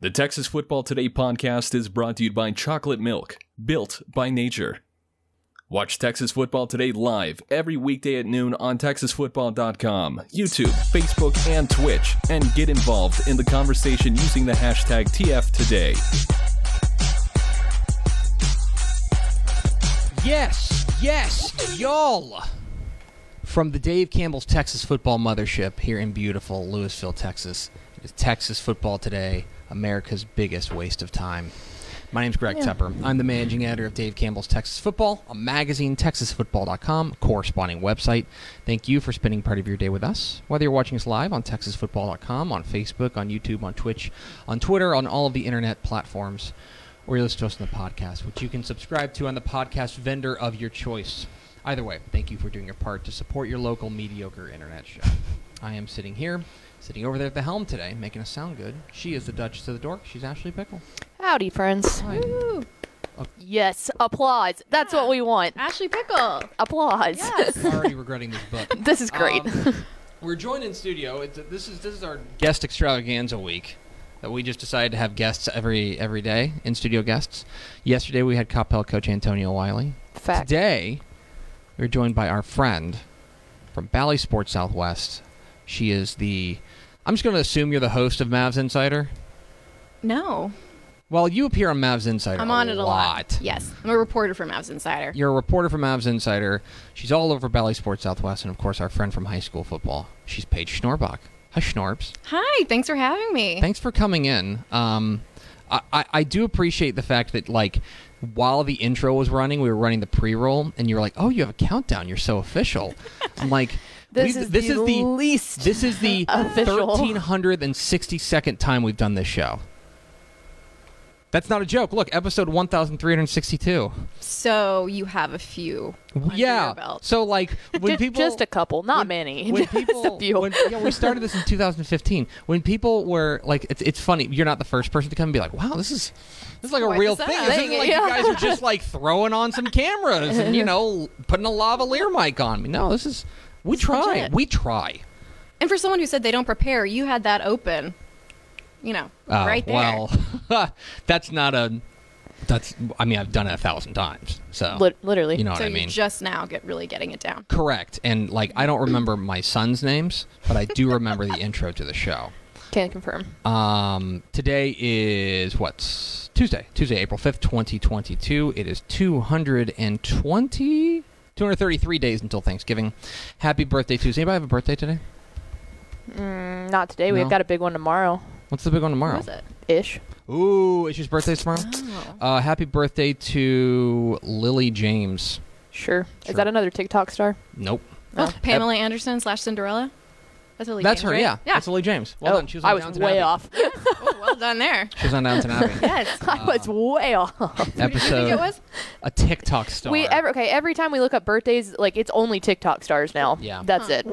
The Texas Football Today podcast is brought to you by Chocolate Milk, built by nature. Watch Texas Football Today live every weekday at noon on TexasFootball.com, YouTube, Facebook, and Twitch, and get involved in the conversation using the hashtag TFToday. Yes, yes, y'all. From the Dave Campbell's Texas Football Mothership here in beautiful Louisville, Texas. It's Texas Football Today, America's biggest waste of time. My name's Greg Tepper. I'm the managing editor of Dave Campbell's Texas Football, a magazine, texasfootball.com, corresponding website. Thank you for spending part of your day with us. Whether you're watching us live on texasfootball.com, on Facebook, on YouTube, on Twitch, on Twitter, on all of the internet platforms, or you listen to us on the podcast, which you can subscribe to on the podcast vendor of your choice. Either way, thank you for doing your part to support your local mediocre internet show. I am sitting here, sitting over there at the helm today, making us sound good. She is the Duchess of the Dork. She's Ashley Pickle. Howdy, friends. Hi. Yes, applause. That's what we want. Ashley Pickle. Applause. Yes. already regretting this book. This is great. Um, we're joined in studio. It's, this is this is our guest extravaganza week that we just decided to have guests every every day in studio guests. Yesterday we had Coppell coach Antonio Wiley. Fact. Today we're joined by our friend from Bally Sports Southwest. She is the I'm just going to assume you're the host of Mavs Insider. No. Well, you appear on Mavs Insider. I'm on it a lot. Yes. I'm a reporter for Mavs Insider. You're a reporter for Mavs Insider. She's all over Bally Sports Southwest, and of course, our friend from high school football. She's Paige Schnorbach. Hi, Schnorbs. Hi. Thanks for having me. Thanks for coming in. Um, I, I, I do appreciate the fact that, like, while the intro was running, we were running the pre roll, and you were like, oh, you have a countdown. You're so official. I'm like, This we- is the least This is the official. 1362nd time we've done this show. That's not a joke. Look, episode 1362. so you have a few. under yeah. Your belt. So like when Ju- people just a couple, not when- many. When Just a people, few. when- yeah, we started this in 2015. When people were like, it's, it's funny. You're not the first person to come and be like, wow, this is this is like a Quite real the thing. This setup. isn't like you guys are just like throwing on some cameras and you know putting a lavalier mic on me. No, this is we try. legit. We try. and for someone who said they don't prepare, you had that open. You know, Uh, right there. Well, that's not a. That's. I mean, I've done it a thousand times. So Lit- literally. you know so what I you're mean. just now get really getting it down. Correct. And like I don't remember my son's names, but I do remember the intro to the show. Can confirm. Um today is what's Tuesday. Tuesday, April 5th, 2022. It is 220 233 days until Thanksgiving. Happy birthday Tuesday. Anybody have a birthday today? Mm, not today. We've No. got a big one tomorrow, What's the big one tomorrow? What was it? Oh. ish. Ooh, it's just birthday tomorrow. Uh, happy birthday to Lily James. Sure. Sure. Is that another TikTok star? Nope. Oh, Pamela Anderson slash Cinderella. That's Lily That's James, her, right? yeah. Yeah. That's Lily James. Well oh, done. She was on I was Downton way Abbey. off. oh, well done there. She was on Downton Abbey. Yes. I Uh-huh. was way off. episode. I think it was. a TikTok star. We ever okay. Every time we look up birthdays, like it's only TikTok stars now. Yeah. That's it.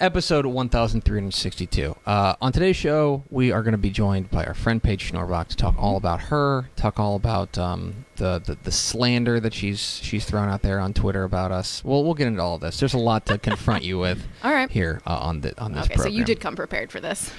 episode 1362. Uh, on today's show, we are going to be joined by our friend Paige Schnorbach to talk all about her, talk all about um, the, the the slander that she's she's thrown out there on Twitter about us. Well, we'll get into all of this. There's a lot to confront you with. All right. Here uh, on the on this Okay, so program. you did come prepared for this.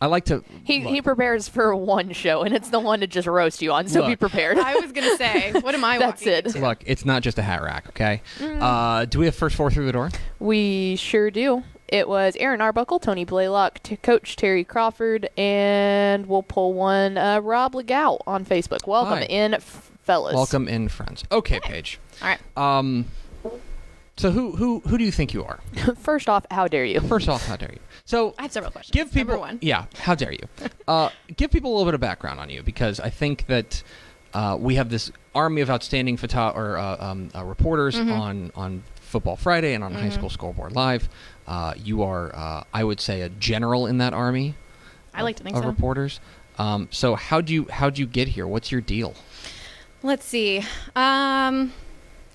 I like to. He look, he prepares for one show, and it's the one to just roast you on. So be Look. prepared. I was gonna say, what am I? That's walking it. into? Look, it's not just a hat rack, okay? Mm. Uh, do we have first four through the door? We sure do. It was Aaron Arbuckle, Tony Blaylock, t- Coach Terry Crawford, and we'll pull one uh, Rob Legao on Facebook. Welcome Hi. in, f- fellas. Welcome in, friends. Okay, Paige. All right. Um, so who who who do you think you are? First off, how dare you? First off, how dare you? So I have several questions. give people Number one. Yeah, how dare you? Uh, give people a little bit of background on you because I think that uh, we have this army of outstanding photo- or uh, um, uh, reporters Mm-hmm. on on Football Friday and on High School Scoreboard Live. Uh, you are, uh, I would say, a general in that army. I like to think of so. reporters. Um, so how do you how do you get here? What's your deal? Let's see. Um,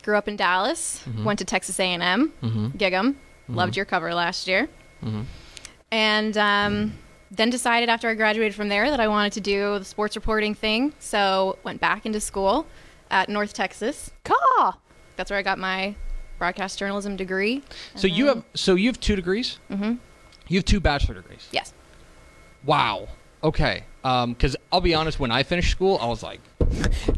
grew up in Dallas. Mm-hmm. Mhm. Went to Texas A&M. Mm-hmm. Gig'em. Loved your cover last year. Mm-hmm. Mhm. And um, then decided after I graduated from there that I wanted to do the sports reporting thing. So went back into school at North Texas. Caw. That's where I got my broadcast journalism degree. So you have so you have two degrees. hmm You have two bachelor degrees. Yes. Wow. Okay. Because I'll be honest, when I finished school, I was like,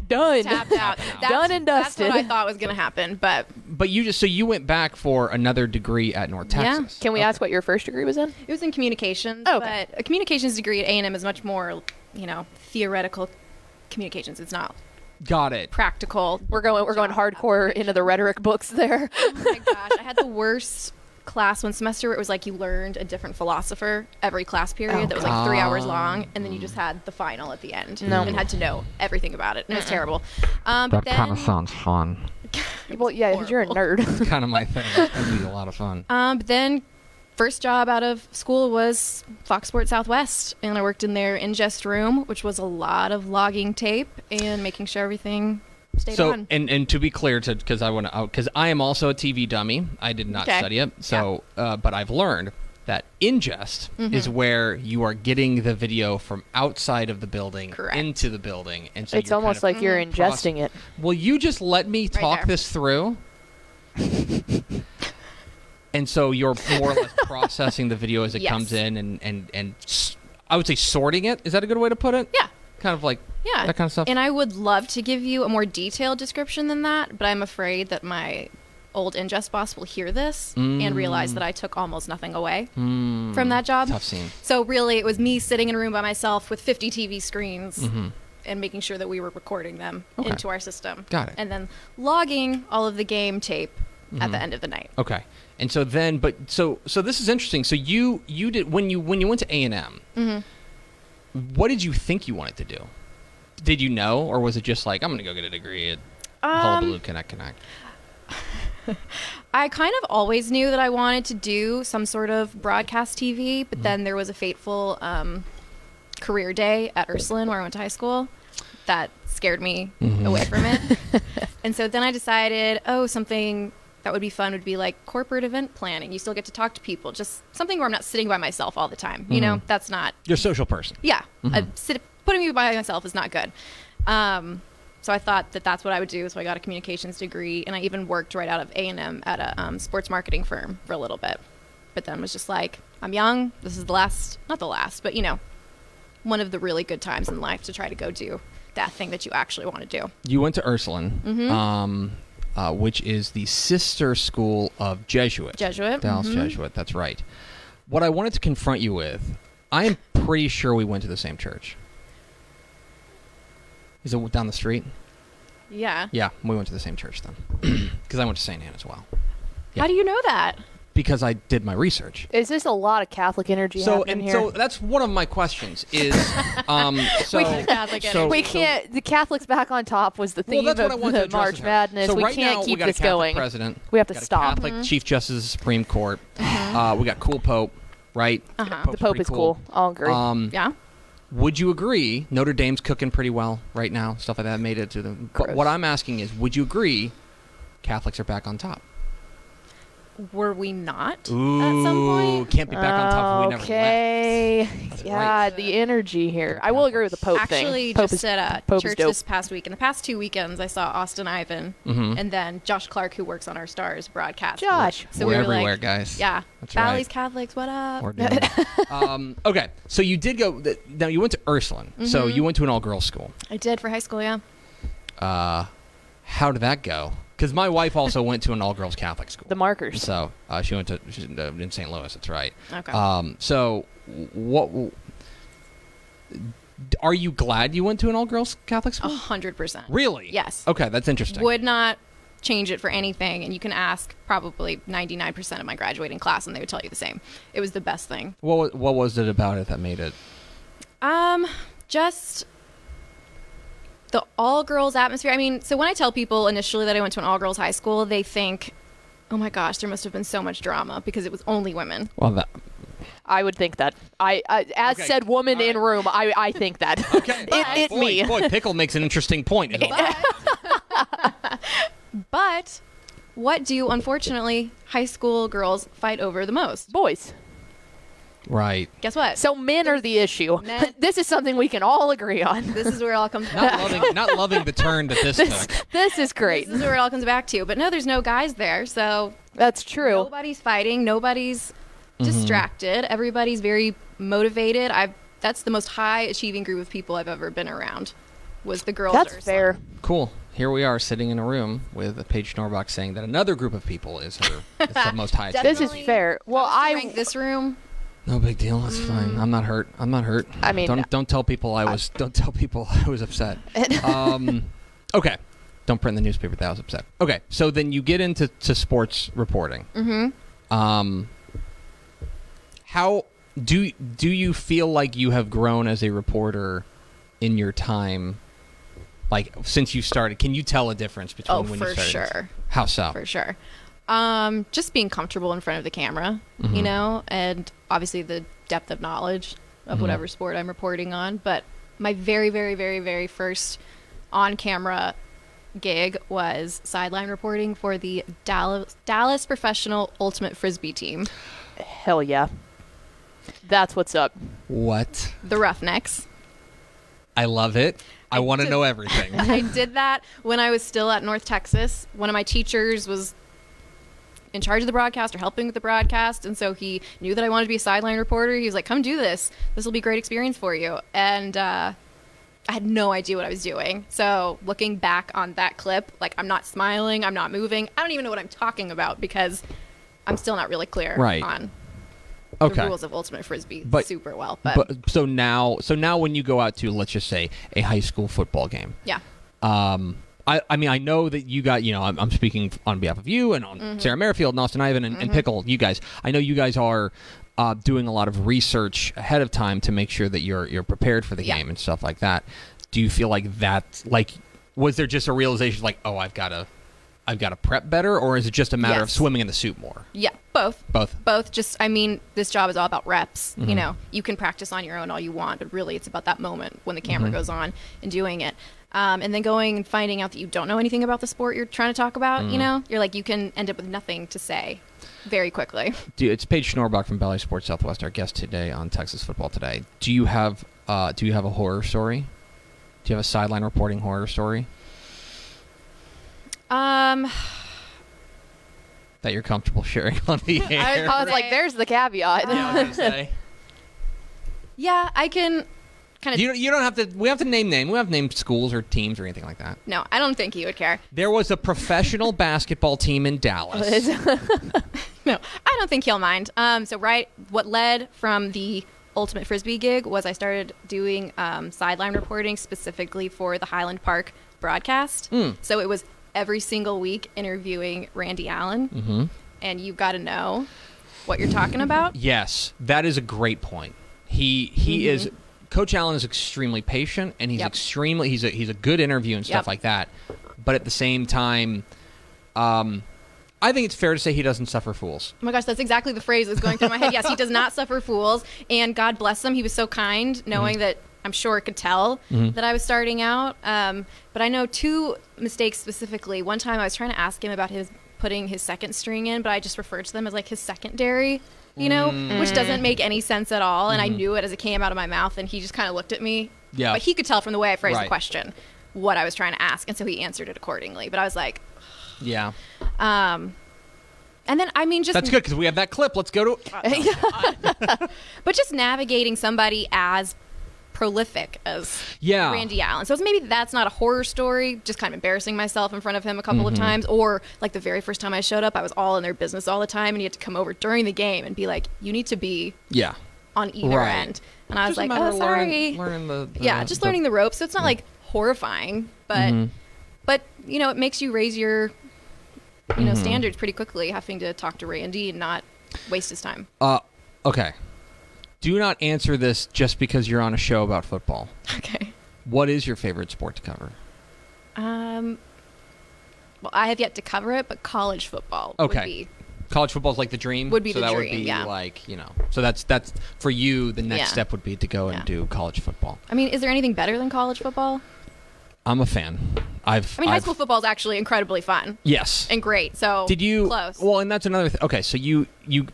Done. Tapped out. That's, Done and dusted. That's what I thought was going to happen. But but you just so you went back for another degree at North Yeah. Texas. Oh, Can we ask what your first degree was in? It was in communications, Oh, okay. but a communications degree at A&M is much more, you know, theoretical communications. It's not Got it. practical. We're going we're going hardcore into the rhetoric books there. Oh my gosh, I had the worst class one semester where it was like you learned a different philosopher every class period Oh, that was like three hours God. long, and then you just had the final at the end No. and had to know everything about it. And it was terrible. Um, but then, sounds fun. well, yeah, 'cause you're a nerd. It's kind of my thing. That'd be a lot of fun. um, but then, first job out of school was Fox Sports Southwest, and I worked in their ingest room, which was a lot of logging tape and making sure everything stayed so on. and and to be clear to because i want to because i am also a tv dummy i did not Okay. study it so uh, but i've learned that ingest Mm-hmm. is where you are getting the video from outside of the building Correct. into the building and so it's you're Mm-hmm. almost kind like you're of process- ingesting it. will you just let me talk there. this through and so you're more or less processing the video as it Yes. comes in and and and s- i would say sorting it is that a good way to put it yeah. kind of like Yeah. that kind of stuff And I would love to give you a more detailed description than that, but I'm afraid that my old ingest boss will hear this and Mm. realize that I took almost nothing away from that job. tough scene So really, it was me sitting in a room by myself with 50 TV screens and making sure that we were recording them Mm-hmm. Okay. into our system. Got it. Mm-hmm. And then logging all of the game tape at the end of the night. Okay. And so then, but so so this is interesting. So you you did when you when you went to A and M. Mm-hmm. What did you think you wanted to do? Did you know, or was it just like I'm going to go get a degree at Um, Hullabaloo Connect Connect? I kind of always knew that I wanted to do some sort of broadcast TV, but then there was a fateful um, career day at Ursuline where I went to high school that scared me away from it. and so then I decided, oh, something that would be fun would be like corporate event planning. You still get to talk to people, just something where I'm not sitting by myself all the time. You know, that's not You're a social person. yeah, uh, sit, putting me by myself is not good. Um, so I thought that that's what I would do. So I got a communications degree, and I even worked right out of A and M at a um, sports marketing firm for a little bit. But then was just like, I'm young. This is the last, not the last, but you know, one of the really good times in life to try to go do that thing that you actually want to do. You went to Ursuline, um, uh, which is the sister school of Jesuit. Jesuit, Dallas Jesuit. That's right. What I wanted to confront you with, I am pretty sure we went to the same church. Is it down the street? Yeah. Yeah, we went to the same church then. Because I went to St. Anne as well. Yeah. How do you know that? Because I did my research. Is this a lot of Catholic energy so happening and here? so that's one of my questions is um so can't have, like, so- we so- can't. the Catholics back on top was the well, theme that's what I of wanted to the address March with her. Madness. So we right can't now, keep we got this a Catholic going. President. We have to got a stop. Mm-hmm. Catholic Chief Justice of the Supreme Court. Uh, we got cool Pope, right? Uh-huh. Pope's The Pope pretty is cool. I'll agree. Um, Yeah. Would you agree Notre Dame's cooking pretty well right now? Stuff like that made it to the. But Gross. what I'm asking is, would you agree Catholics are back on top? Were we not Ooh, at some point? can't be back on top if we never left. okay. Yeah, right. the energy here. I will agree with the Pope actually thing. Pope just is, at a Pope is church dope. this past week. In the past two weekends, I saw Austin Ivan Mm-hmm. and then Josh Clark, who works on our Stars broadcast. Josh. So We're we were everywhere, like, guys. Yeah, That's right. Valley's Catholics, what up? Or doing it. um, okay, so you did go. th- Now you went to Ursuline, so Mm-hmm. you went to an all-girls school. I did for high school. Yeah, How did that go? Because my wife also went to an all-girls Catholic school. The markers. So uh, she went to she's in- uh, in St. Louis. That's right. Okay. Um, so what? w- d- Are you glad you went to an all-girls Catholic a school? hundred percent. Really? Oh. Yes. Okay, that's interesting. Would not change it for anything, and you can ask probably ninety nine percent of my graduating class, and they would tell you the same. It was the best thing. What wa- What was it about it that made it? Um, just the all girls atmosphere. I mean, so when I tell people initially that I went to an all girls high school, they think, "Oh my gosh, there must have been so much drama because it was only women." Well, that I would think that. I, I as Okay. said, woman All in room. I, I think that. Okay. it it boy, me. Boy, Pickle makes an interesting point. Is all. But what do unfortunately high school girls fight over the most? Boys. right. Guess what? So men are the issue. Men- This is something we can all agree on. this is where it all comes Not back. loving, not loving the turn that this This took. this is great. This is where it all comes back to. But no, there's no guys there, so That's true. Mm-hmm. nobody's fighting. Nobody's distracted. Everybody's very motivated. I've that's the most high achieving group of people I've ever been around. Was the girls? That's Ursula. fair. Cool. Here we are sitting in a room with Paige Norbach saying that another group of people is her. It's the most high. Definitely. This is fair. Well, I was to rank I this room. No big deal. It's fine. I'm not hurt. I'm not hurt. I mean, don't don't tell people I was. don't tell people I was upset. um, okay. Don't print in the newspaper that I was upset. Okay. So then you get into to sports reporting. Mm-hmm. Um, how do do you feel like you have grown as a reporter in your time? Like since you started, can you tell a difference between Oh, when for you started? sure. How so? for sure. Um, just being comfortable in front of the camera, you know, and obviously the depth of knowledge of whatever sport I'm reporting on. But my very, very, very, very first on camera gig was sideline reporting for the Dallas, Dallas Professional Ultimate Frisbee team, hell yeah. That's what's up. What? the Roughnecks. I love it. I want to know everything. I did that when I was still at North Texas. One of my teachers was in charge of the broadcast or helping with the broadcast, and so he knew that I wanted to be a sideline reporter. He was like, "Come do this. This will be a great experience for you." And uh, I had no idea what I was doing. So looking back on that clip, like I'm not smiling, I'm not moving, I don't even know what I'm talking about because I'm still not really clear Right. on Okay. the rules of ultimate frisbee But- super well. but but so now so now when you go out to let's just say a high school football game yeah, um I, I mean I know that you got you know I'm, I'm speaking on behalf of you and on Mm-hmm. Sarah Merrifield and Austin Ivan and, and Pickle you guys I know you guys are uh, doing a lot of research ahead of time to make sure that you're you're prepared for the Yeah. game and stuff like that do you feel like that like was there just a realization like oh I've got to I've got to prep better or is it just a matter of Yes. swimming in the soup more yeah, both. both both just i mean this job is all about reps you know you can practice on your own all you want but really it's about that moment when the camera goes on and doing it um, and then going and finding out that you don't know anything about the sport you're trying to talk about you know you're like you can end up with nothing to say very quickly Do, it's Paige Schnorbach from Valley Sports Southwest, our guest today on Texas Football Today. Do you have uh, do you have a horror story? Do you have a sideline reporting horror story um that you're comfortable sharing on the air? I was like, there's the caveat. yeah i can kind of you don't- you don't have to. We have to name name. We have to name schools or teams or anything like that. no i don't think you would care There was a professional basketball team in Dallas. no, I don't think he'll mind. Um, so right, what led from the ultimate frisbee gig was I started doing um, sideline reporting specifically for the Highland Park broadcast. So it was every single week interviewing Randy Allen, Hmm. mm-hmm. and you got to know what you're talking about. Yes, that is a great point. He he is Coach Allen is extremely patient and he's Mm-hmm. Yep. extremely he's a he's a good interview and stuff Yep. like that. But at the same time, um, I think it's fair to say he doesn't suffer fools. Oh my gosh, that's exactly the phrase that's going through my head. Yes, he does not suffer fools, and God bless him. He was so kind, Mm-hmm. knowing that I'm sure it could tell that I was starting out. Um, but I know two mistakes specifically. One time I was trying to ask him about his putting his second string in, but I just referred to them as like his secondary, you know, Mm. which doesn't make any sense at all. And I knew it as it came out of my mouth, and he just kind of looked at me. Mm-hmm. Yeah. but he could tell from the way I phrased Right. the question what I was trying to ask, and so he answered it accordingly. But I was like, Yeah, um. And then I mean, just that's good because we have that clip. Let's go to but just navigating somebody as prolific as Yeah. Randy Allen. So it's maybe that's not a horror story, just kind of embarrassing myself in front of him a couple of Mm-hmm. times. Or like the very first time I showed up, I was all in their business all the time, and you had to come over during the game and be like, "You need to be yeah. on either Right. end." And I was Just a like, matter "Oh, of sorry." Learning, learning the, the- yeah, just learning the ropes. So it's not like horrifying, but Mm-hmm. but you know, it makes you raise your you Mm-hmm. know standards pretty quickly, having to talk to Randy and not waste his time. Uh, okay. Do not answer this just because you're on a show about football. Okay. What is your favorite sport to cover? Um, well, I have yet to cover it, but college football Okay. would be college football is like the dream. Would be so the that would dream, be yeah. like you know. So that's that's for you. The next Yeah. step would be to go and Yeah. do college football. I mean, is there anything better than college football? I'm a fan. I've. I mean, high I've- school football is actually incredibly fun Yes. and great. So did you? close? Well, and that's another. thing. Okay, so you you.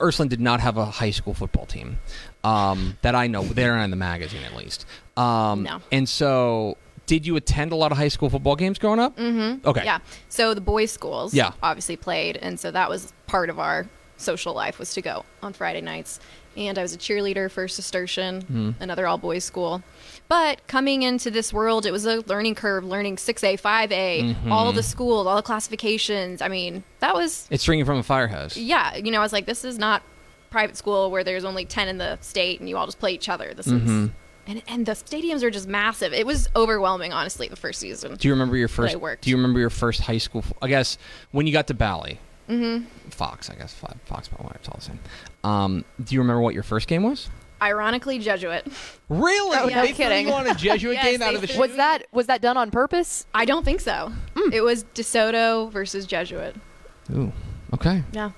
Ursuline did not have a high school football team, um, that I know. They're not in the magazine, at least. Um, No. And so, did you attend a lot of high school football games growing up? Mm-hmm. Okay. Yeah. So the boys' schools Yeah. obviously played, and so that was part of our social life was to go on Friday nights. And I was a cheerleader for Cistercian, Mm-hmm. another all boys school. But coming into this world, it was a learning curve, learning 6A, 5A, Mm-hmm. all the schools, all the classifications. I mean, that was, It's ringing from a fire hose. yeah, you know, I was like, this is not private school where there's only 10 in the state and you all just play each other. This Mm-hmm. is, and, and the stadiums are just massive. It was overwhelming, honestly, the first season. Do you remember your first? I worked. Do you remember your first high school? f- I guess when you got to Bally, mm-hmm. Fox. I guess Fo- Fox, but whatever, it's all the same. Um, do you remember what your first game was? Ironically, Jesuit. Really? Oh, no They threw kidding. you on a Jesuit Yes, game out they of the threw- chute? Was that was that done on purpose? I don't think so. Mm. It was DeSoto versus Jesuit. Ooh. Okay. Yeah.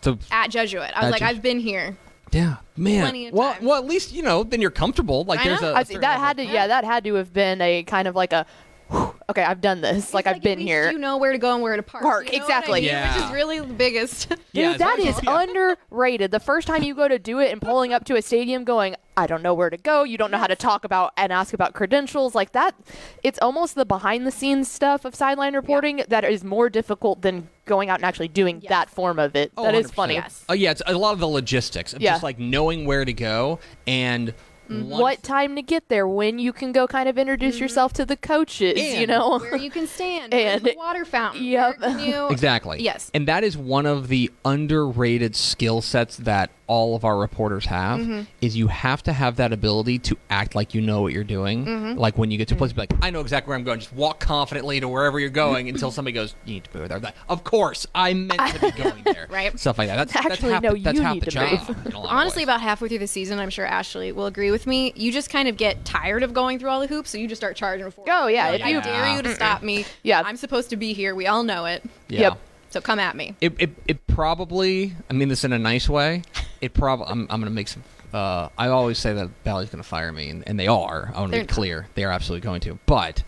So At Jesuit. I was At like, Jesuit. I've been here. yeah, man. Plenty of well, time. well, at least you know then you're comfortable. Like I there's a know. I a see, certain that level. had to yeah that had to have been a kind of like a "Whew, okay I've done this It's like, I've at been least here. You know where to go and where to park. Park, You know what exactly. I mean? Yeah. Which is really the biggest. Yeah, Dude, as that long as is you- yeah. underrated. The first time you go to do it and pulling up to a stadium going, I don't know where to go. You don't know how to talk about and ask about credentials. Like that, it's almost the behind the scenes stuff of sideline reporting that is more difficult than going out and actually doing Yes. that form of it. Oh, that is 100%. funny. Yes. Oh yeah, it's a lot of the logistics of Yeah. Mm-hmm. just like knowing where to go and once- What time to get there, when you can go kind of introduce yourself to the coaches, you And- know? Mm-hmm. where you can stand. And- And the water fountain. Yep. Where can you- Oh, Exactly. Yes. And that is one of the underrated skill sets that all of our reporters have Mm-hmm. is you have to have that ability to act like you know what you're doing. Mm-hmm. Like when you get to a place, be like, I know exactly where I'm going. Just walk confidently to wherever you're going until somebody goes, you need to move there. Like, of course, I meant to be going there. Right. Stuff like that. That's, that's Actually, half no, the, that's you half need the to job. move. in a lot of Honestly, ways. about halfway through the season, I'm sure Ashley will agree with me. You just kind of get tired of going through all the hoops, so you just start charging forward. Oh, yeah, Like, if I you- dare you to stop me. Yeah. I'm supposed to be here. We all know it. yeah. Yep. So come at me. It, it, it probably, I mean this in a nice way, it probably, I'm, I'm going to make some, uh, I always say that Bally's going to fire me, and, and they are. I want to be They're not. clear. They are absolutely going to. But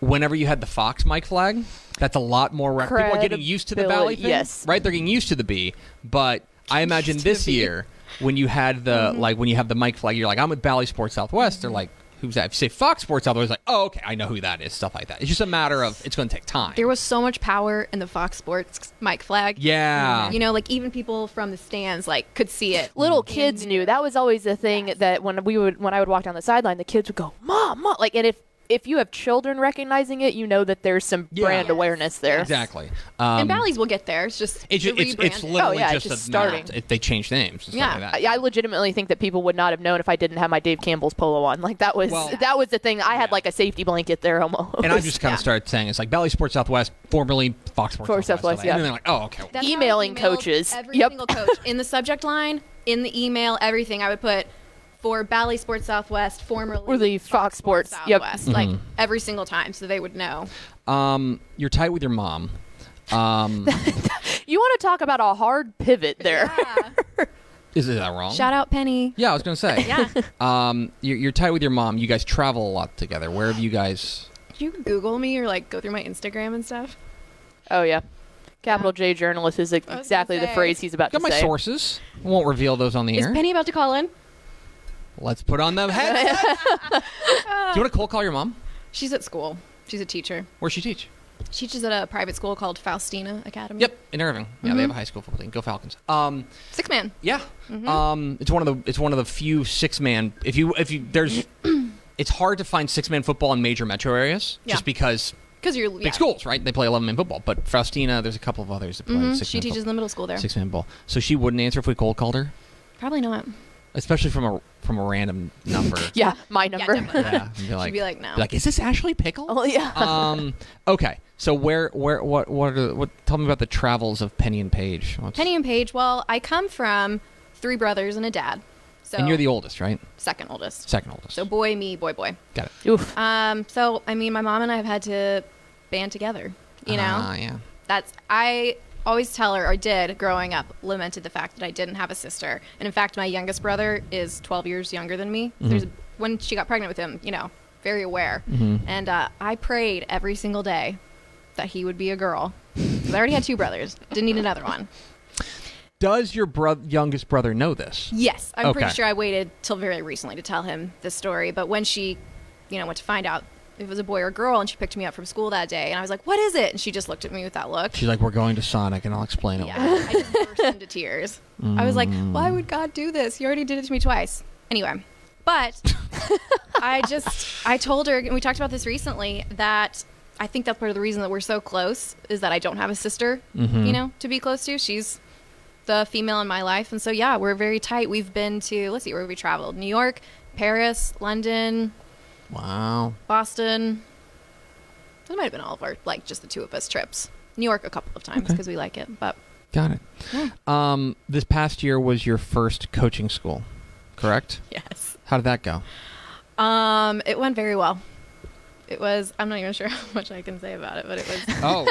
whenever you had the Fox mic flag, that's a lot more, rec- people are getting used to the Bally thing. Credibility, yes. Right? They're getting used to the B. But I imagine this year, when you had the, Mm-hmm. like, when you have the mic flag, you're like, I'm with Bally Sports Southwest. They're like, who's that? If you say Fox Sports Southwest, like, oh, okay, I know who that is. Stuff like that. It's just a matter of, it's going to take time. There was so much power in the Fox Sports Mike flag. Yeah. You know, like even people from the stands like could see it. little kids knew that was always the thing that when we would when I would walk down the sideline, the kids would go, "Mom, mom!" Like, and if if you have children recognizing it, you know that there's some Yeah. brand Yes. awareness there. Exactly. Um, and Bally's will get there. It's just It's, ju- the it's, it's rebranding. literally Oh, yeah, it's just, just a map. starting. It- they changed names. and stuff Yeah. like I, that. I legitimately think that people would not have known if I didn't have my Dave Campbell's polo on. Like that was Well- that was the thing. I had Yeah. like a safety blanket there almost. and I just kind yeah. of started saying it's like Valley Sports Southwest, formerly Fox Sports Former Southwest. Southwest, yeah. And then they're like, oh, okay. That's how I Emailing emailed coaches. Every Yep. single coach in the subject line, in the email, everything. I would put for Bally Sports Southwest, formerly Or the Fox Sports, yep. Southwest, like Mm-hmm. every single time, so they would know. um, you're tight with your mom. Um, you want to talk about a hard pivot there? is, is that wrong? Shout out Penny. Yeah, I was gonna say. Yeah. Um, you're, you're tight with your mom. You guys travel a lot together. Where have you guys? Did you Google me or like go through my Instagram and stuff? oh yeah, capital J journalist is gonna exactly the say. phrase he's about Got to my say. sources. I won't reveal those on the Is air. Penny about to call in? Let's put on them heads. Do you want to cold call your mom? She's at school. She's a teacher. Where's she teach? She teaches at a private school called Faustina Academy. Yep, in Irving. Yeah, they have a high school football team. Go Falcons. Um, Six man. Yeah. Mm-hmm. Um, it's one of the it's one of the few six man. If you if you there's, it's hard to find six man football in major metro areas Yeah. just because Because you're big schools right they play eleven man football. But Faustina, there's a couple of others that play six. Mm-hmm. She teaches in the middle school there. six man ball. So she wouldn't answer if we cold called her, Probably not. especially from a from a random number. Yeah, my number. definitely. Yeah, and be like, be like, no. is this Ashley Pickle? oh yeah. um, okay. So where, where, what, what, are, what? Tell me about the travels of Penny and Paige. What's- Penny and Paige. Well, I come from three brothers and a dad. So and you're the oldest, right? second oldest. Second oldest. So boy, me, boy, boy. Got it. Oof. Um, so I mean, my mom and I have had to band together. You know, Ah, yeah. that's I always tell her, or did growing up, lamented the fact that I didn't have a sister. And in fact, my youngest brother is 12 years younger than me. Mm-hmm. There's when she got pregnant with him, you know, very aware. Mm-hmm. And uh, I prayed every single day that he would be a girl. 'Cause I already had two brothers. Didn't need another one. Does your bro- youngest brother know this? Yes, I'm pretty Okay. sure I waited till very recently to tell him this story. But when she, you know, went to find out if it was a boy or a girl, and she picked me up from school that day, and I was like, "What is it?" and she just looked at me with that look. She's like, we're going to Sonic, and I'll explain it. later." Yeah, I just burst into tears. I was like, why would God do this? He already did it to me twice. Anyway, but I just, I told her, and we talked about this recently, that I think that's part of the reason that we're so close is that I don't have a sister, you know, to be close to. She's the female in my life. And so, yeah, we're very tight. We've been to, let's see, where have we traveled? New York, Paris, London, Wow. Boston. That might have been all of our, like, just the two of us trips. New York a couple of times because we like it, but. Got it. Um, this past year was your first coaching school, correct? Yes. How did that go? Um, it went very well. It was. I'm not even sure how much I can say about it, but it was. Oh,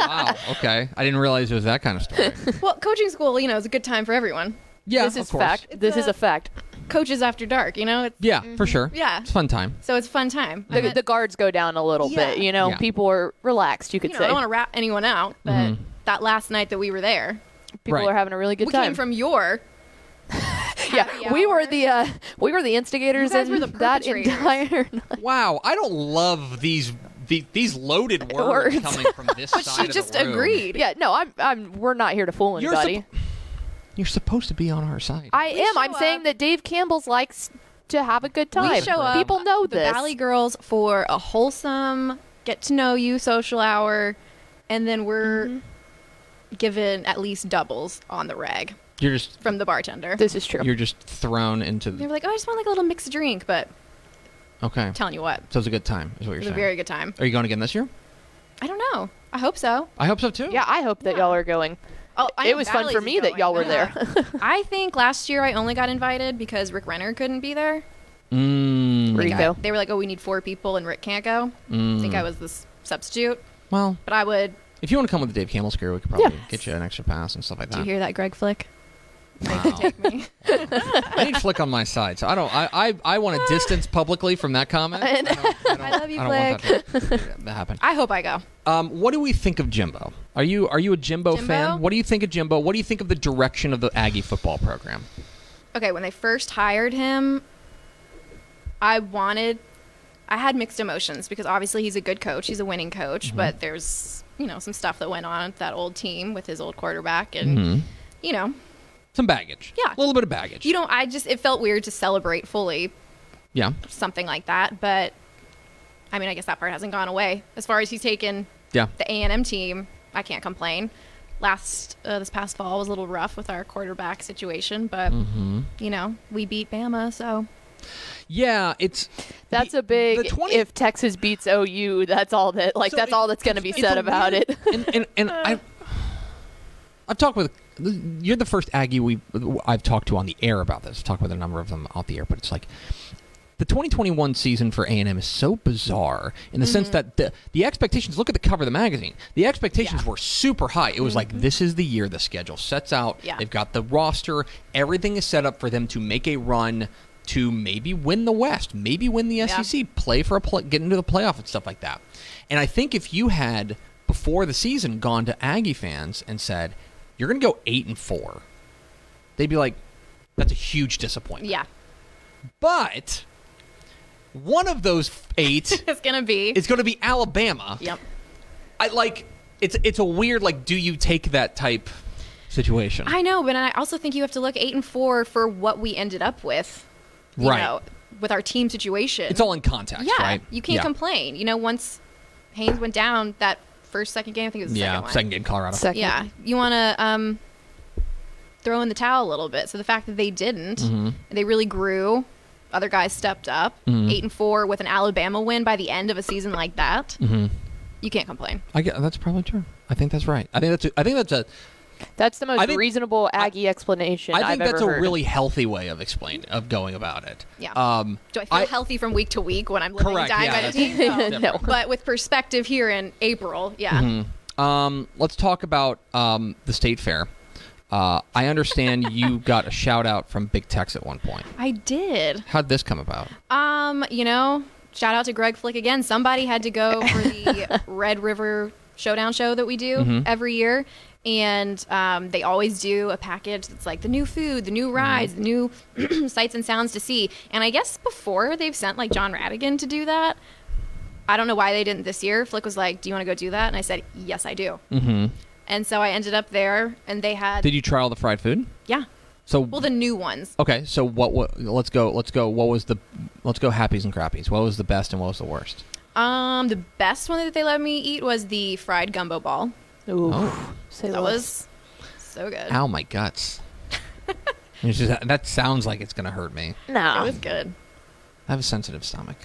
wow. Okay. I didn't realize it was that kind of story. well, coaching school, you know, is a good time for everyone. Yeah, this of is course. fact. this is a- a fact. Coaches after dark, you know. It's, Yeah, for sure. Yeah. It's a fun time. So it's a fun time. I The, meant- the guards go down a little Yeah. bit. You know, Yeah. people are relaxed. You could you know, I say don't want to rat anyone out, but that last night that we were there, people Right. are having a really good we time. came from your. happy yeah, we were hour. the uh, we were the instigators You guys in were the that perpetrators. entire. Wow, I don't love these the, these loaded words, Words. coming from this side She of just the room. agreed. yeah, no, I'm I'm we're not here to fool You're supp- anybody. You're supposed to be on our side. I We am. I'm show saying up- that Dave Campbell's likes to have a good time. We show up. People know the this. Valley Girls for a wholesome get to know you social hour, and then we're Mm-hmm. given at least doubles on the reg you're just from the bartender. this is true. you're just thrown into They the were like, "Oh, I just want like a little mixed drink," but Okay. telling you what, So it's a good time, is what it you're was a saying. very good time. Are you going again this year? I don't know. I hope so. I hope so too. yeah, I hope that y'all are going. Oh, I It know was fun Valley's for is me that going. y'all were Yeah. there. I think last year I only got invited because Rick Renner couldn't be there. Mm, Rico. They were like, "Oh, we need four people, and Rick can't go." I think I was this substitute, Well, but I would. if you want to come with the Dave Campbell scare, we could probably Yeah. get you an extra pass and stuff like Do you that. hear that, Greg Flick? Wow. Take me. I need Flick on my side, so I don't. I I, I want to distance publicly from that comment. I, don't, I, don't, I love you, don't want that to, that happen. I hope I go. Um, what do we think of Jimbo? Are you are you a Jimbo, Jimbo? fan? What do you think of Jimbo? What do you think of the direction of the Aggie football program? okay, when they first hired him, I wanted, I had mixed emotions because obviously he's a good coach, he's a winning coach, but there's, you know, some stuff that went on with that old team with his old quarterback. And, Mm-hmm. you know, Some baggage. Yeah. a little bit of baggage. you don't, I just, it felt weird to celebrate fully yeah, something like that. But I mean, I guess that part hasn't gone away. As far as he's taken yeah. the A&M team, I can't complain. Last uh, this past fall was a little rough with our quarterback situation, but you know we beat Bama, so Yeah, it's That's the- a big. the 20 if Texas beats OU, that's all that. Like So that's it- all that's going to be it's said a about weird- it. and and, and I, I've talked with. You're the first Aggie we I've talked to on the air about this. I've talked with a number of them off the air, but it's like the 2021 season for A&M is so bizarre in the Mm-hmm. sense that the the expectations. Look at the cover of the magazine. The expectations were super high. It was Mm-hmm. like this is the year the schedule sets out. Yeah. They've got the roster. Everything is set up for them to make a run to maybe win the West, maybe win the Yeah. SEC E play for a play, get into the playoff and stuff like that. And I think if you had before the season gone to Aggie fans and said, "You're going to go 8 and 4." They'd be like, "That's a huge disappointment." yeah, But one of those 8 it's gonna be. is going to be Alabama. Yep. I like it's it's a weird like do you take that type situation? I know, but I also think you have to look eight and four for what we ended up with. You Right. Know, with our team situation. it's all in context, yeah. right? You can't yeah. complain. You know, once Haynes went down that first second game, I think it was the Yeah, second one. game Colorado. Second. Yeah. You want to um, throw in the towel a little bit. So the fact that they didn't, Mm-hmm. they really grew. Other guys stepped up. Eight and four with an Alabama win by the end of a season like that. Mm-hmm. You can't complain. I get, that's probably true. I think that's right. I think that's a, I think that's a That's the most I think- reasonable Aggie explanation I think have that's a ever heard. really healthy way of explaining of going about it. Yeah. Um, Do I feel healthy from week to week when I'm living Correct. and dying yeah, by that's- the team? No. that's different. but with perspective here in April, yeah. Um, let's talk about um, the state fair. Uh, I understand you got a shout out from Big Tex at one point. I did. How'd this come about? Um, you know, shout out to Greg Flick again. Somebody had to go for the Red River Showdown show that we do Mm-hmm. every year. And um, they always do a package that's like the new food, the Mm-hmm. new rides, the new sights and sounds to see. And I guess before they've sent like John Radigan to do that. I don't know why they didn't this year. Flick was like, Do you want to go do that? And I said, Yes, I do. Mm-hmm. And so I ended up there and they had, Did you try all the fried food? yeah. So Well, the new ones. okay, so what, what? Let's go. Let's go. What was the? Let's go. Happies and crappies. What was the best and what was the worst? Um, the best one that they let me eat was the fried gumbo ball. Ooh. Oh. Say That less. was so good. Ow, my guts. It's just- that sounds like it's gonna hurt me. no. It was good. I have a sensitive stomach.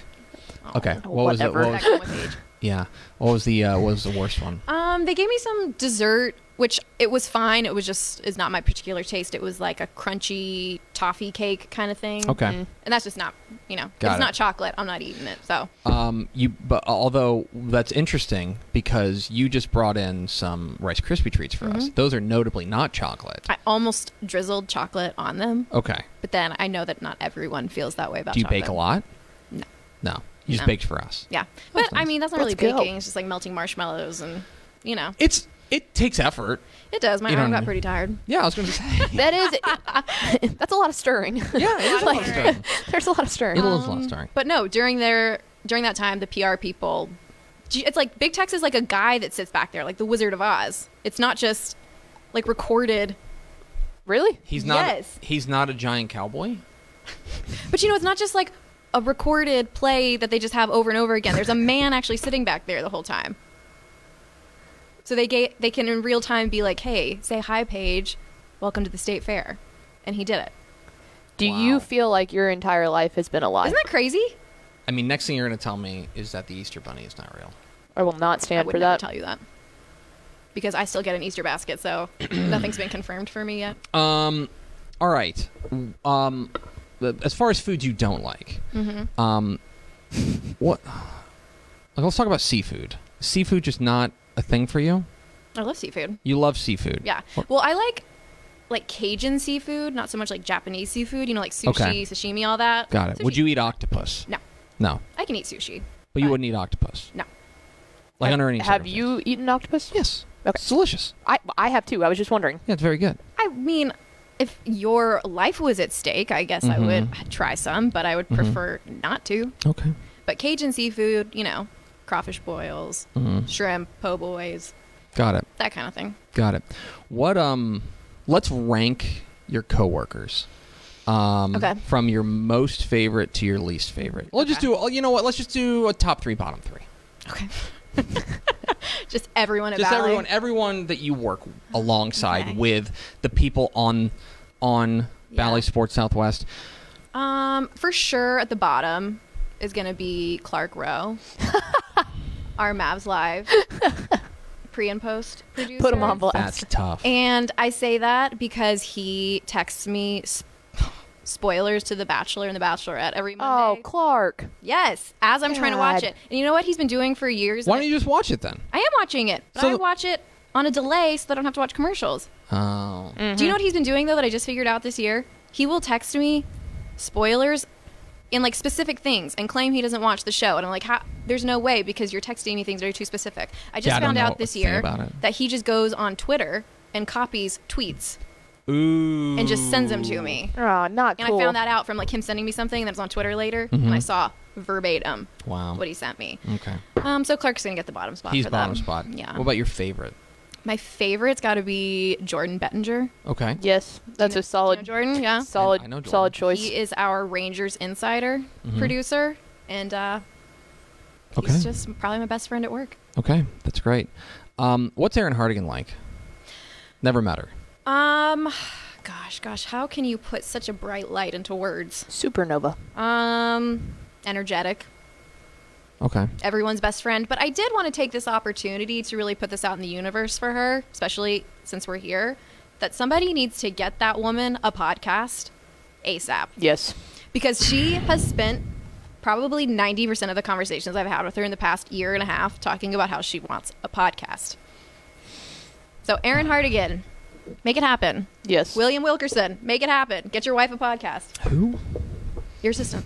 Okay, Oh, what was it? whatever. What Back was, on one page. yeah, what was the uh, what was the worst one? Um, they gave me some dessert, which it was fine. It was just is not my particular taste. It was like a crunchy toffee cake kind of thing. Okay. and that's just not you know Got it's it. not chocolate. I'm not eating it. So Um, you, but although that's interesting because you just brought in some Rice Krispie treats for us. Those are notably not chocolate. Mm-hmm. I almost drizzled chocolate on them, Okay. but then I know that not everyone feels that way about. Oh. Do you chocolate. bake a lot? No. No. You just No. baked for us. Yeah, but I nice. mean that's not Let's really go. baking. It's just like melting marshmallows and you know It's it takes effort. it does. My You arm don't- got pretty tired. Yeah, I was going to say. That is. that's a lot of stirring. yeah, it is a lot of Like- stirring. There's a lot of stirring. It is a lot of stirring. Um, But no, during their during that time, the PR people, it's like Big Tex is like a guy that sits back there, like the Wizard of Oz. It's not just like recorded. really? He's not. Yes. He's not a giant cowboy. But you know, it's not just like a recorded play that they just have over and over again. There's a man actually sitting back there the whole time. So they ga- they can in real time be like, "Hey, say hi, Paige. Welcome to the state fair," and he did it. Do Wow. you feel like your entire life has been a lie? Isn't that crazy? I mean, next thing you're going to tell me is that the Easter Bunny is not real. I will not I stand would for never that. tell you that because I still get an Easter basket, so nothing's been confirmed for me yet. Um, all right. Um, the- as far as foods you don't like, um, what? Like, let's talk about seafood. Seafood just not a thing for you. I love seafood. You love seafood. Yeah. What- Well, I like like Cajun seafood, not so much like Japanese seafood. You know, like sushi, Okay. sashimi, all that. Got it. Would Sushi. you eat octopus? No, No, I can eat sushi. but you wouldn't eat octopus. No. Like have, under any. Have circumstance. you eaten octopus? Yes. Okay. It's delicious. I I have too. I was just wondering. Yeah, it's very good. I mean, if your life was at stake, I guess I Mm-hmm. would try some, but I would prefer not to. Okay. But Cajun seafood, you know, crawfish boils, Mm-hmm. shrimp, po' boys, Got it. that kind of thing. Got it. What um let's rank your coworkers. Um Okay. from your most favorite to your least favorite. We'll just Okay. do oh, you know what? Let's just do a top 3 bottom 3. Okay. Just everyone at Just Valley. everyone everyone that you work alongside Okay. with the people on on Yeah. Valley Sports Southwest. e- Um, for sure, at the bottom is gonna be Clark Rowe, our Mavs Live pre and post producer. Put him on blast. That's tough. And I say that because he texts me sp- spoilers to The Bachelor and The Bachelorette every Oh, Monday. Clark. yes, as I'm trying to watch God. it. And you know what? He's been doing for years. Why and don't you just watch it then? I I am watching it, but So I the- watch it on a delay so that I don't have to watch commercials. Oh. Do you know what he's been doing though that I just figured out this year? He will text me spoilers in like specific things and claim he doesn't watch the show. And I'm like, How? there's no way because you're texting me things that are too specific. I just Yeah, I don't found know out this a thing year about it. that he just goes on Twitter and copies tweets Ooh. and just sends them to me. Oh, not And cool. I found that out from like him sending me something that was on Twitter later, Mm-hmm. and I saw verbatim Wow. what he sent me. Okay. Um, so Clark's gonna get the bottom spot. Oh. Mm. He's for bottom that. spot. Yeah. What about your favorite? My favorite's got to be Jordan Bettinger. Okay. Yes, that's Do you know- do you know a solid, Jordan. Yeah, solid, I know Jordan. solid choice. He is our Rangers insider producer, and uh, Okay. he's just probably my best friend at work. Okay, that's great. Um, what's Aaron Hardigan like? Never met her. Um, gosh, gosh, how can you put such a bright light into words? Supernova. Um, energetic, Okay. everyone's best friend. But I did want to take this opportunity to really put this out in the universe for her, especially since we're here, that somebody needs to get that woman a podcast ASAP. Yes. because she has spent probably 90% of the conversations I've had with her in the past year and a half talking about how she wants a podcast. So Aaron Hardigan, make it happen. Yes. William Wilkerson, make it happen. Get your wife a podcast. Who? Your assistant.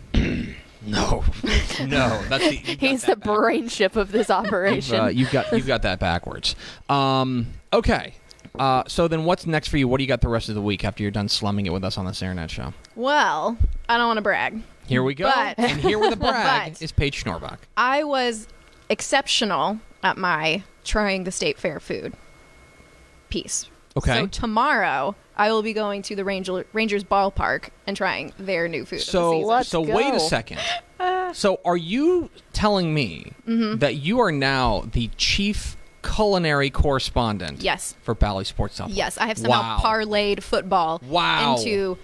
No, no. That's the, you got He's that the brain chip of this back- operation. uh, you've got you've got that backwards. Um, okay. Uh, so then, what's next for you? What do you got the rest of the week after you're done slumming it with us on the Serenet Show? Well, I don't want to brag. Here we go. But- and here with a brag but- is Paige Schnorbach. I was exceptional at my trying the state fair food piece. Okay. So tomorrow I will be going to the Ranger, Rangers ballpark and trying their new food. of the So, season. Let's so wait go. a second. Uh. so, are you telling me Mm-hmm. that you are now the chief culinary correspondent? Yes. For Bally Sports South. yes, I have somehow Wow. parlayed football Wow. into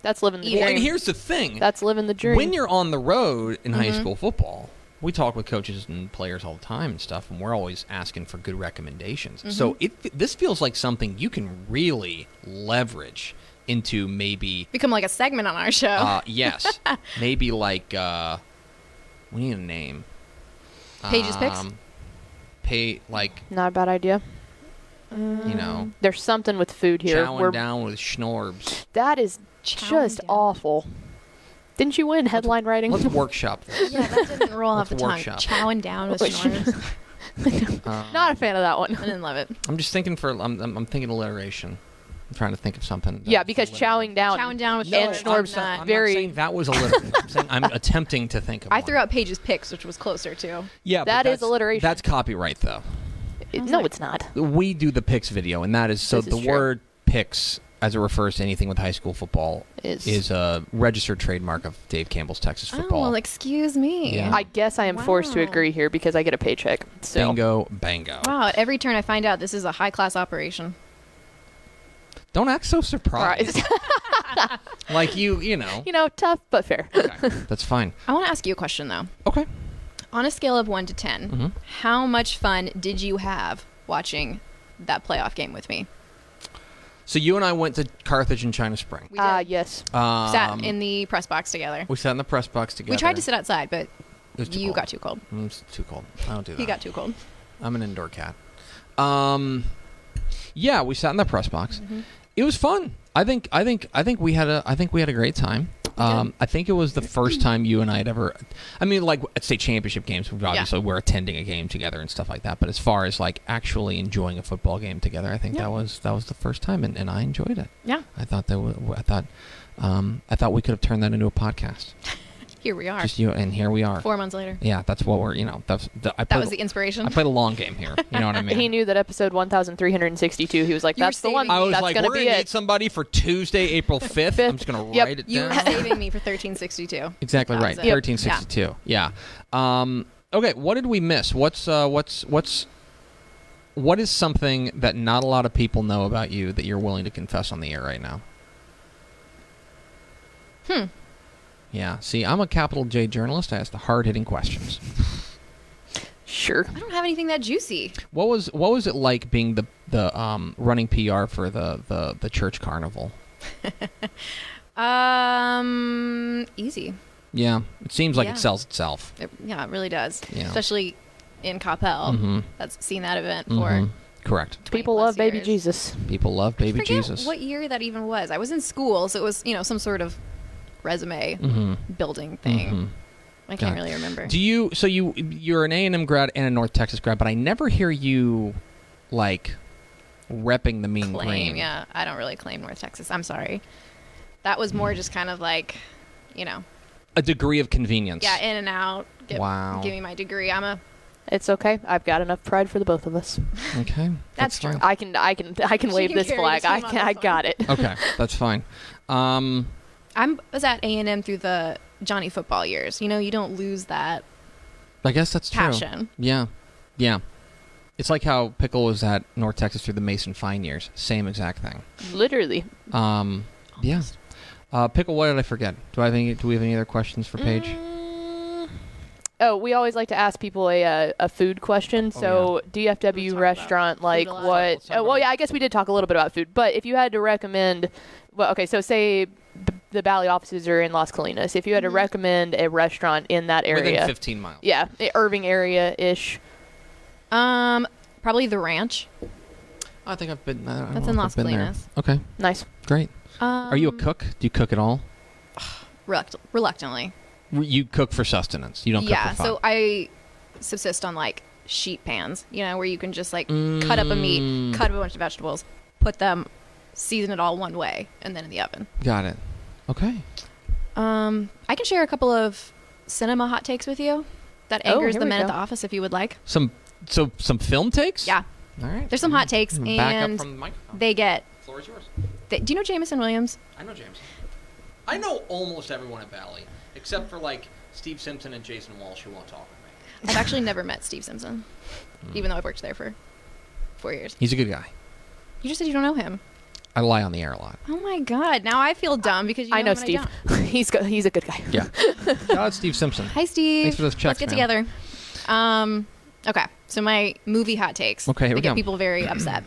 That's living the Well, Well, dream. and here's the thing. That's living the dream. When you're on the road in Mm-hmm. high school football, we talk with coaches and players all the time and stuff, and we're always asking for good recommendations. So Mm-hmm. it this feels like something you can really leverage into maybe become like a segment on our show. Oh. uh, yes, maybe like uh, we need a name. Page's picks? um, Pay like Not a bad idea. you know, There's something with food here. chowing We're- down with schnorbs. That is Chowing just down. awful. Didn't you win headline writing? Let's workshop. this. yeah, that didn't roll off the Let's tongue. workshop. Chowing down with Which- snores. Um, Not a fan of that one. I didn't love it. I'm just thinking for I'm, I'm, I'm thinking alliteration. I'm trying to think of something. Yeah, that's because alliterative. chowing down. Chowing down with No, snores. I'm Schnorb's not- I'm not. I'm not very- saying that was alliterative. I'm saying I'm attempting to think of. I threw one. out Paige's picks, which was closer to. Yeah, but That is that's- alliteration. That's copyright though. It- was no, like- it's not. We do the picks video, and that is so This is the true. word picks, as it refers to anything with high school football, Is- is a registered trademark of Dave Campbell's Texas Oh, football. well, excuse me. Yeah. I guess I am forced to Wow. agree here because I get a paycheck. So Bingo, bango. Wow, at every turn I find out this is a high class operation. Don't act so All right. surprised. like you, you know. you know, tough but fair. Okay, That's fine. I want to ask you a question though. Okay. On a scale of 1 to 10, Mm-hmm. how much fun did you have watching that playoff game with me? So you and I went to Carthage and China Spring. We Ah, did. yes. Um, Sat in the press box together. we sat in the press box together. We tried to sit outside, but It was too you cold. got too cold. Mm, It's too cold. I don't do that. You got too cold. I'm an indoor cat. Um, yeah, we sat in the press box. Mm-hmm. It was fun. I think. I think. I think we had a. I think we had a great time. Um, I think it was the first time you and I had ever. I mean, like at state championship games, we've obviously we're attending a game together and stuff like that. But as far as like actually enjoying a football game together, I think Yeah. that was that was the first time, and, and I enjoyed it. Yeah, I thought that wa- I thought um, I thought we could have turned that into a podcast. here we are. Just you and here we are. 4 months later. Yeah, that's what we're. You know, that's the, I That played- was the inspiration. I played a long game here. You know what I mean? He knew that episode 1,362. He was like, You were "That's the one. saving- I was That's like, gonna we're be gonna it." need somebody for Tuesday, April fifth. I'm Fifth. just gonna Yep. write it you were down. saving me for 1362. exactly That right. was it. Yep. Thirteen sixty two. Yeah. Um, okay. What did we miss? What's uh, what's what's what is something that not a lot of people know about you that you're willing to confess on the air right now? Hmm. Yeah. See, I'm a capital J journalist. I ask the hard hitting questions. Sure. I don't have anything that juicy. What was what was it like being the the um, running PR for the, the the church carnival? Um, easy. Yeah, it seems like Yeah. it sells itself. It, yeah, it really does. Yeah. Mm-hmm. Especially in Coppell. That's seen that event for. Mhm. correct. 20 People plus love baby years. Jesus. People love baby Forget Jesus. what year that even was. I was in school, so it was you know some sort of resume Mhm. building thing. Mhm. I Got can't it. really remember. Do you? So you you're an A and M grad and a North Texas grad, but I never hear you like repping the mean claim? green. Yeah, I don't really claim North Texas. I'm sorry. That was Mm. more just kind of like, you know, A degree of convenience. yeah, in and out. Get, Wow. Give me my degree. I'm a. It's okay. I've got enough pride for the both of us. okay. That's true. fine. I can, I can, I can She wave can this carry flag. this I one on can, this I one. got it. okay, that's fine. Um, I'm was at A and M through the Johnny football years. You know, you don't lose that I guess that's true. passion. Yeah, yeah. It's like how Pickle was at North Texas through the Mason Fine years. Same exact thing. Literally. Mm-hmm. Um, yeah. Uh, Pickle, what did I forget? Do I have any? Do we have any other questions for Mm, Paige? Oh, we always like to ask people a uh, a food question. Oh, So, We talked DFW about restaurant, like a lot. what? Let's talk oh, well, about- yeah, I guess we did talk a little bit about food. But if you had to recommend, well, okay, so say b- the Valley offices are in Las Colinas. If you Mm-hmm. had to recommend a restaurant in that Within area, 15 miles. yeah, i- Irving area ish. Um, probably the ranch. I think I've been. I don't That's know in if Oh, I've Las been there. Colinas. Okay, Nice. great. Um, Are you a cook? Do you cook at all? reluct- reluctantly. R- You cook for sustenance. You don't yeah. cook for fun. So I subsist on like sheet pans, you know, where you can just like cut up a Mm. meat, cut up a bunch of vegetables, put them, season it all one way, and then in the oven. Got it. Okay. Um, I can share a couple of cinema hot takes with you that Oh, angers here the we men go. at the office if you would like. Some so some film takes. Yeah. All right. Hmm. There's some hot takes, Back and up from the microphone. they get. floor is yours. They, do you know Jameson Williams? I know James. I know almost everyone at Valley except for like Steve Simpson and Jason Walsh who won't talk with me. I've actually never met Steve Simpson, Hmm. even though I've worked there for four years. He's a good guy. You just said you don't know him. I lie on the air a lot. Oh my God! Now I feel dumb because you know I know him and Steve. don't. he's go- he's a good guy. Yeah. Shout out Steve Simpson. Hi, Steve. Thanks for those checks, Let's get man. together. Um, okay, so my movie hot takes. Okay, here they we get go. people very upset.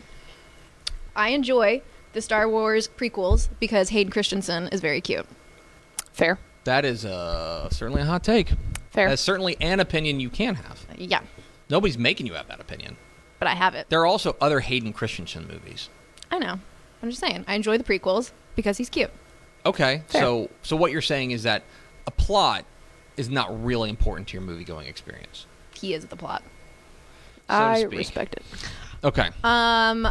I enjoy the Star Wars prequels because Hayden Christensen is very cute. Fair. That is uh, certainly a hot take. Fair. That's certainly an opinion you can have. Yeah, Nobody's making you have that opinion. but I have it. There are also other Hayden Christensen movies. I know. I'm just saying. I enjoy the prequels because he's cute. Okay, Fair. so so what you're saying is that a plot is not really important to your movie going experience. He is the plot. to I speak. Mm-hmm. respect it. Okay, Um,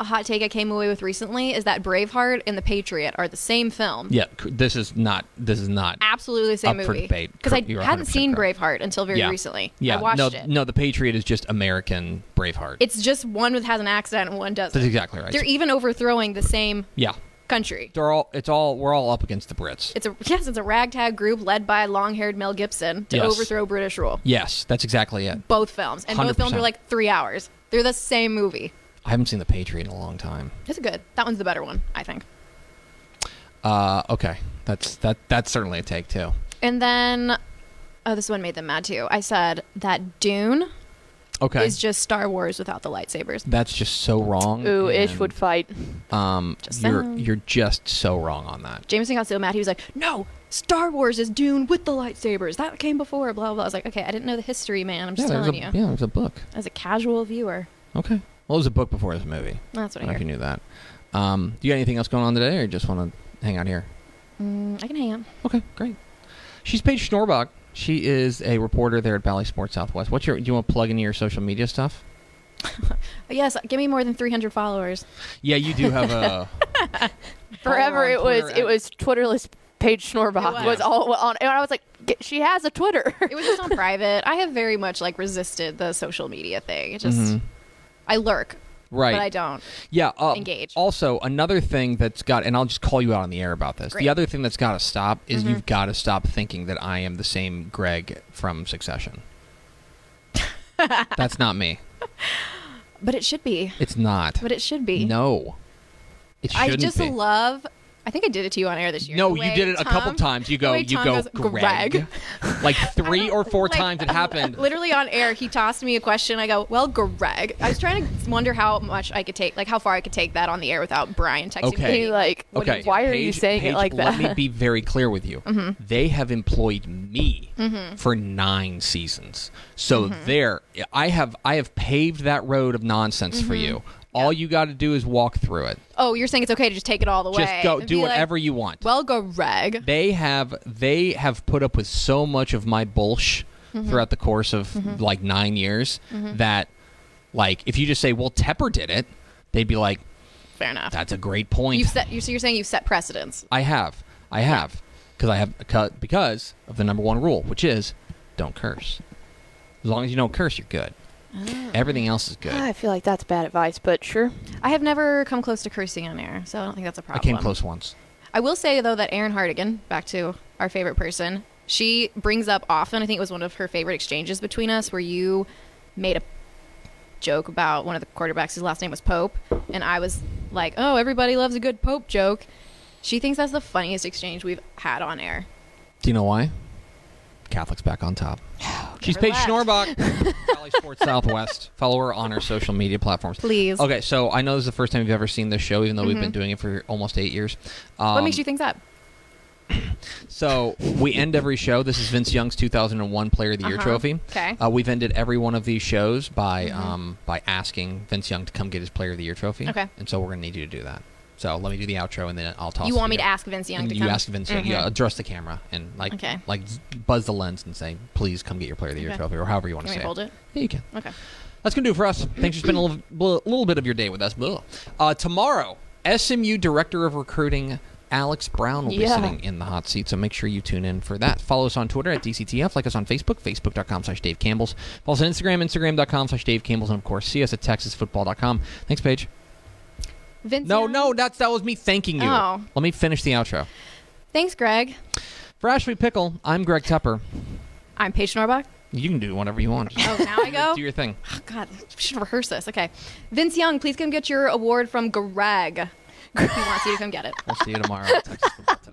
a hot take I came away with recently is that Braveheart and The Patriot are the same film. yeah, c- this is not this is not. Absolutely the same Up for movie. debate. Because I You're 100% hadn't seen correct. Braveheart until very yeah. recently. Yeah, I watched no, it. no, the Patriot is just American Braveheart. It's just one with has an accent and one doesn't. That's exactly right. They're e even overthrowing the same yeah, country. they're all it's all we're all up against the Brits. It's a yes, it's a ragtag group led by long-haired Mel Gibson to Yes. overthrow British rule. yes, that's exactly it. Both films, and both films 100%. are like three hours. They're the same movie. I haven't seen the Patriot in a long time. It's good. That one's the better one, I think. Uh, okay, that's that that's certainly a take too. And then, oh, this one made them mad too. I said that Dune Okay, is just Star Wars without the lightsabers. that's just so wrong. Ooh, and, Ish would fight. Um, Just you're saying. you're just so wrong on that. Jameson got so mad. He was like, "No, Star Wars is Dune with the lightsabers. That came before." Blah blah. blah. I was like, "Okay, I didn't know the history, man. I'm just there's telling a, you." yeah, there's a book. As a casual viewer, Okay. Well, there's a book before this movie. that's I what don't I know hear. if you knew that. Um, do you got anything else going on today, or you just want to hang out here? Mm, I can hang out. Okay, great. She's Paige Schnorbach. She is a reporter there at Valley Sports Southwest. What's your? Do you want to plug into your social media stuff? Yes, give me more than 300 followers. Yeah, you do have a. Forever, it was it was Twitterless Paige Schnorbach It was. was. all on, and I was like, "G- she has a Twitter. It was just on private. I have very much like resisted the social media thing. It just Mhm. I lurk, right. but I don't. Yeah. Uh, Engage. Also, another thing that's got, and I'll just call you out on the air about this. Great. Mm-hmm. The other thing that's got to stop is you've got to stop thinking that I am the same Greg from Succession. that's not me. But it should be. It's not. But it should be. No. It I shouldn't just be. love. I think I did it to you on air this year. no, The you way did it a couple Tom- times. You the go, way you Tom go, goes, Greg. Like three or four Like, times it happened. Literally on air, he tossed me a question. I go, "Well, Greg." I was trying to wonder how much I could take, like how far I could take that on the air without Brian texting Okay. me. He, like, What do okay. you do? why are you Paige- saying it Paige, like that? Let me be very clear with you. They have employed me for nine seasons. So there, I have I have paved that road of nonsense for you. All you got to do is walk through it. Oh, you're saying it's okay to just take it all the way. Just go and do be like, whatever you want. Well, Greg. they have they have put up with so much of my bullsh throughout the course of like nine years that like if you just say well tepper did it they'd be like Fair enough. that's a great point You've set. You're, so you're saying you've set precedents. i have i have because i have beca- because of the number one rule which is don't curse as long as you don't curse you're good Oh. everything else is good I feel like that's bad advice, but sure. I have never come close to cursing on air, so I don't think that's a i problem. came close once I will say though that Erin Hardigan, back to our favorite person, she brings up often. I think it was one of her favorite exchanges between us, where you made a joke about one of the quarterbacks whose last name was Pope, and I was like, "Oh, everybody loves a good Pope joke." She thinks that's the funniest exchange we've had on air. do you know why catholic's back on top Oh, She's Paige left. Schnorbach, Valley Sports Southwest. Follow her on her social media platforms. Please. Mm-hmm. Okay, so I know this is the first time you've ever seen this show, even though we've been doing it for almost eight years. Um, What makes you think that? So we end every show. This is Vince Young's 2001 Player of the Year Uh-huh. trophy. Okay. Mm-hmm. Uh, we've ended every one of these shows by um, by asking Vince Young to come get his Player of the Year trophy. Okay. And so we're gonna need you to do that. So let me do the outro and then I'll toss. You it want me to your- ask Vince Young and to you come? Mm-hmm. ask Vince Young. Yeah, address the camera and like Okay. like buzz the lens and say, please come get your Player of the Year Okay. trophy or however you want Can to we say hold it. it? Yeah, you can. Okay. That's going to do it for us. Thanks for spending a little, bl- little bit of your day with us. Blah. Uh, tomorrow, SMU Director of Recruiting Alex Brown will be Yeah. sitting in the hot seat, so make sure you tune in for that. Follow us on Twitter at DCTF. Like us on Facebook, facebook.com slash Dave Campbell's. Follow us on Instagram, instagram.com slash Dave Campbell's. And, of course, see us at texasfootball.com. Thanks, Paige. Vince No, Young? no, that's, that was me thanking you. Oh. Let me finish the outro. Thanks, Greg. For Ashley Pickle, I'm Greg Tupper. I'm Paige Norbuck. You can do whatever you want. Oh, now I go? Do your thing. Oh, God, I should rehearse this. Okay. Vince Young, please come get your award from Greg. he wants you to come get it. We'll see you tomorrow. on Texas Football.